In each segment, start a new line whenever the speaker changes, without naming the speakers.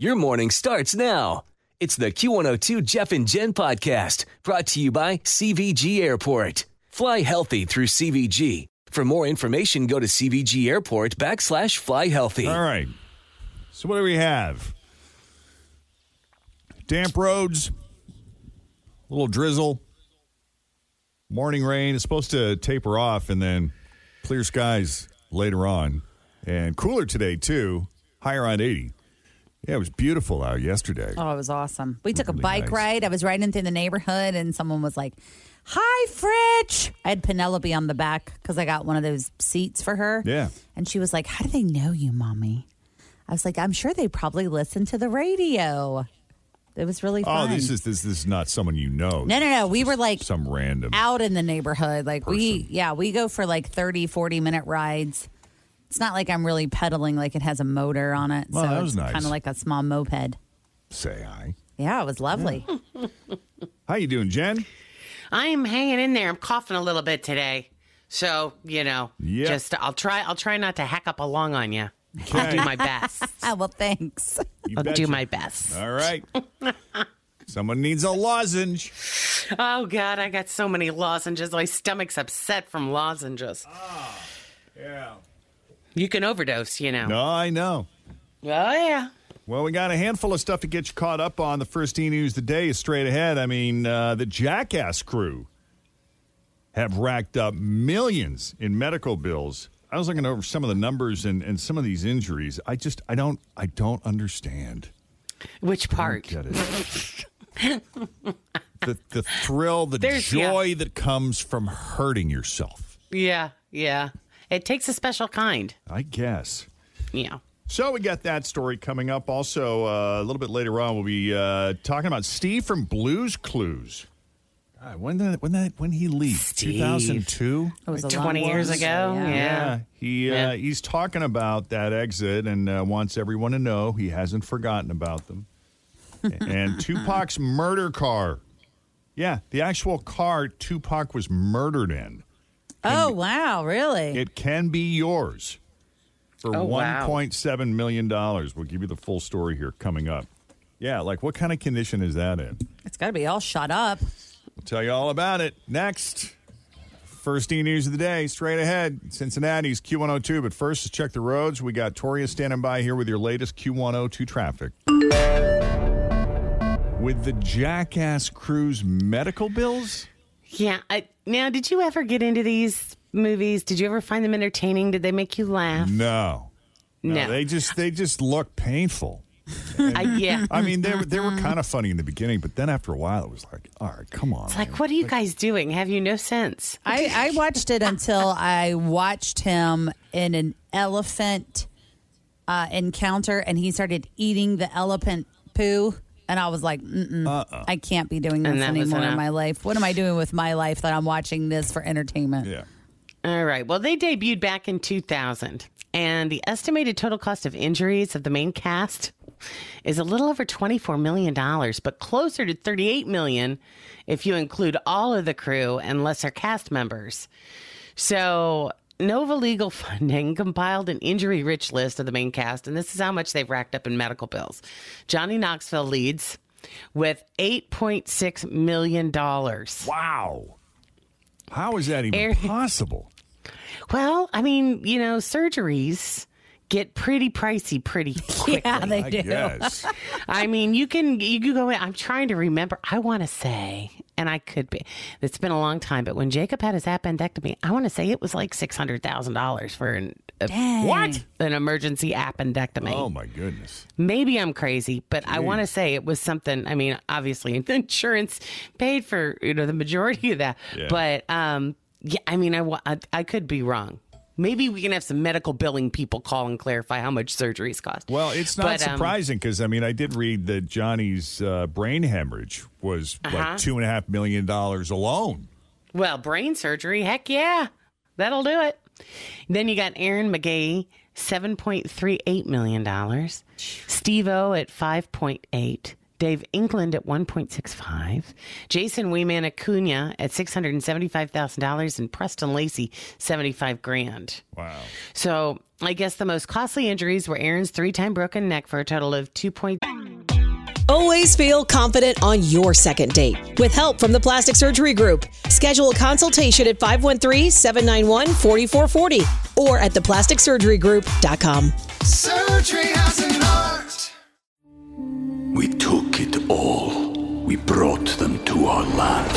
Your morning starts now. It's the Q102 Jeff and Jen podcast brought to you by CVG Airport. Fly healthy through CVG. For more information, go to CVG Airport backslash fly healthy.
All right. So what do we have? Damp roads, a little drizzle, morning rain. It's supposed to taper off and then clear skies later on. And cooler today too, high around 80. Yeah, it was beautiful out yesterday.
Oh, it was awesome. We took a
Really
bike
nice.
ride. I was riding through the neighborhood and someone was like, Hi, Fritch. I had Penelope on the back because I got one of those seats for her.
Yeah.
And she was like, How do they know you, mommy? I was like, I'm sure they probably listen to the radio. It was really
Oh,
fun.
this is this, this is not someone you know.
no, no, no. We were like
Some random.
out in the neighborhood. Like we, yeah, we go for like 30, 40 minute rides. It's not like I'm really pedaling, like it has a motor on it.
Well,
so
that was
it's
nice.
kind of like a small moped.
Say hi.
Yeah, it was lovely.
How you doing, Jen?
I'm hanging in there. I'm coughing a little bit today. So, you know,
Yeah.
just I'll try I'll try not to hack up a lung on you. I'll
Okay.
do my best.
Ah, well, thanks.
You
I'll do
betcha.
my best.
All right. Someone needs a lozenge.
Oh god, I got so many lozenges. My stomach's upset from lozenges.
Yeah.
You can overdose, you know.
No, I know.
Oh yeah.
Well, we got a handful of stuff to get you caught up on. The first e news of the day is straight ahead. I mean, uh, the Jackass crew have racked up millions in medical bills. I was looking over some of the numbers and, and some of these injuries. I just I don't I don't understand.
Which
I don't
part?
get it. the the thrill, the
There's- yeah.
joy that comes from hurting yourself.
Yeah, yeah. It takes a special kind.
I guess.
Yeah.
So we got that story coming up. Also, uh, a little bit later on, we'll be uh, talking about Steve from Blues Clues. God, when that when that when he leaves
Steve.
two thousand two.
It was a long
20 years
walk.
ago.
Yeah.
yeah.
he Uh,
Yeah.
he's talking about that exit and uh, wants everyone to know he hasn't forgotten about them. and Tupac's murder car. Yeah, the actual car Tupac was murdered in.
Oh wow, really?
It can be yours for
Oh, wow.
$1.7 million. dollars. We'll give you the full story here coming up. Yeah, like what kind of condition is that in?
It's got to be all shut up.
We'll tell you all about it next. First E News of the Day, straight ahead. Cincinnati's Q102. But first, let's check the roads. We got Toria standing by here with your latest Q102 traffic. With the Jackass Cruise medical bills?
Yeah. I, now, did you ever get into these movies? Did you ever find them entertaining? Did they make you laugh?
No.
No.
They just they just look painful.
I, yeah.
I mean, they were they
Mm-hmm.
were kind of funny in the beginning, but then after a while, it was like, all right, come on.
It's like, what are you guys doing? Have you no sense?
I, I watched it until I watched him in an elephant uh, encounter, and he started eating the elephant poo, and I was like, Mm-mm,
Uh-uh.
I can't be doing
And
this
that was
anymore in
enough.
my life. What am I doing with my life that I'm watching this for entertainment?
yeah.
All right. Well, they debuted back in 2000, and the estimated total cost of injuries of the main cast is a little over $24 million, but closer to $38 million if you include all of the crew and lesser cast members. So, Nova Legal Funding compiled an injury rich list of the main cast, and this is how much they've racked up in medical bills. Johnny Knoxville leads with $8.6 million.
Wow. How is that even
Air-
possible?
Well, I mean, you know, surgeries get pretty pricey pretty quickly.
Yeah, they
I
do.
guess.
I mean, you can you can go in. I'm trying to remember. I want to say, and I could be. It's been a long time, but when Jacob had his appendectomy, I want to say it was like six hundred thousand dollars for an a, what an emergency appendectomy.
oh my goodness.
Maybe I'm crazy, but I want to say it was something. I mean, obviously, the insurance paid for you know the majority of that,
Yeah.
but um, yeah. I mean, I, wa- I I could be wrong. Maybe we can have some medical billing people call and clarify how much surgeries cost.
Well, it's not
But, um,
surprising because I mean I did read that Johnny's uh, brain hemorrhage was like
Uh-huh.
two and a half million dollars alone.
Well, brain surgery, heck yeah. That'll do it. Then you got Aaron McGee, seven point three eight million dollars. Steve O at five point eight. Dave England at one point six five. Jason Weeman Acuna at six hundred and seventy five thousand dollars and Preston Lacey seventy five grand.
Wow.
So I guess the most costly injuries were Aaron's three time broken neck for a total of two point
Always feel confident on your second date. With help from the Plastic Surgery Group, schedule a consultation at 513 791 4440 or at theplasticsurgerygroup.com.
Surgery has an art.
We took it all. We brought them to our land.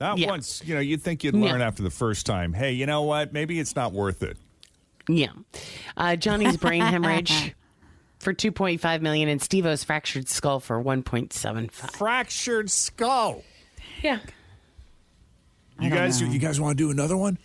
Not
yeah.
once, you know, you'd think you'd learn
Yeah.
after the first time. Hey, you know what? Maybe it's not worth it.
Yeah. Uh, Johnny's brain hemorrhage for 2.5 million and Steve-O's fractured skull for 1.75.
Fractured skull.
Yeah.
You guys, you guys want to do another one?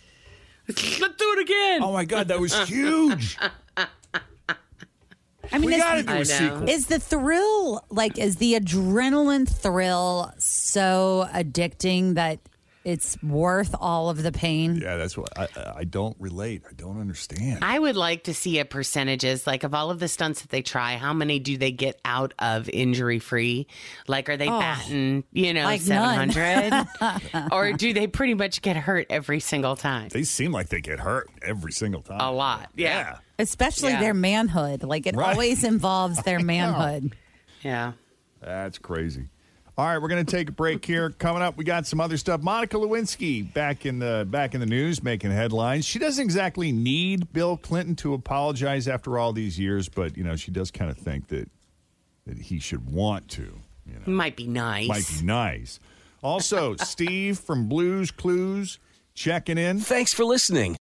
Let's do it again.
Oh my God, that was huge!
I mean,
we
it's,
got to do
I
a
know.
sequel.
is the thrill like is the adrenaline thrill so addicting that it's worth all of the pain?
Yeah, that's what I, I don't relate. I don't understand.
I would like to see a percentages like of all of the stunts that they try, how many do they get out of injury free? Like are they batting, you know,
Oh, like none.
700 or do they pretty much get hurt every single time?
they seem like they get hurt every single time.
A lot. Yeah.
Especially
Yeah.
their manhood. Like it
Right.
always involves their manhood.
Yeah.
That's crazy. All right, we're going to take a break here. Coming up, we got some other stuff. Monica Lewinsky back in the back in the news, making headlines. She doesn't exactly need Bill Clinton to apologize after all these years, but you know she does kind of think that that he should want to. You know,
Might be nice.
might be nice. Also, Steve from Blues Clues checking in.
Thanks for listening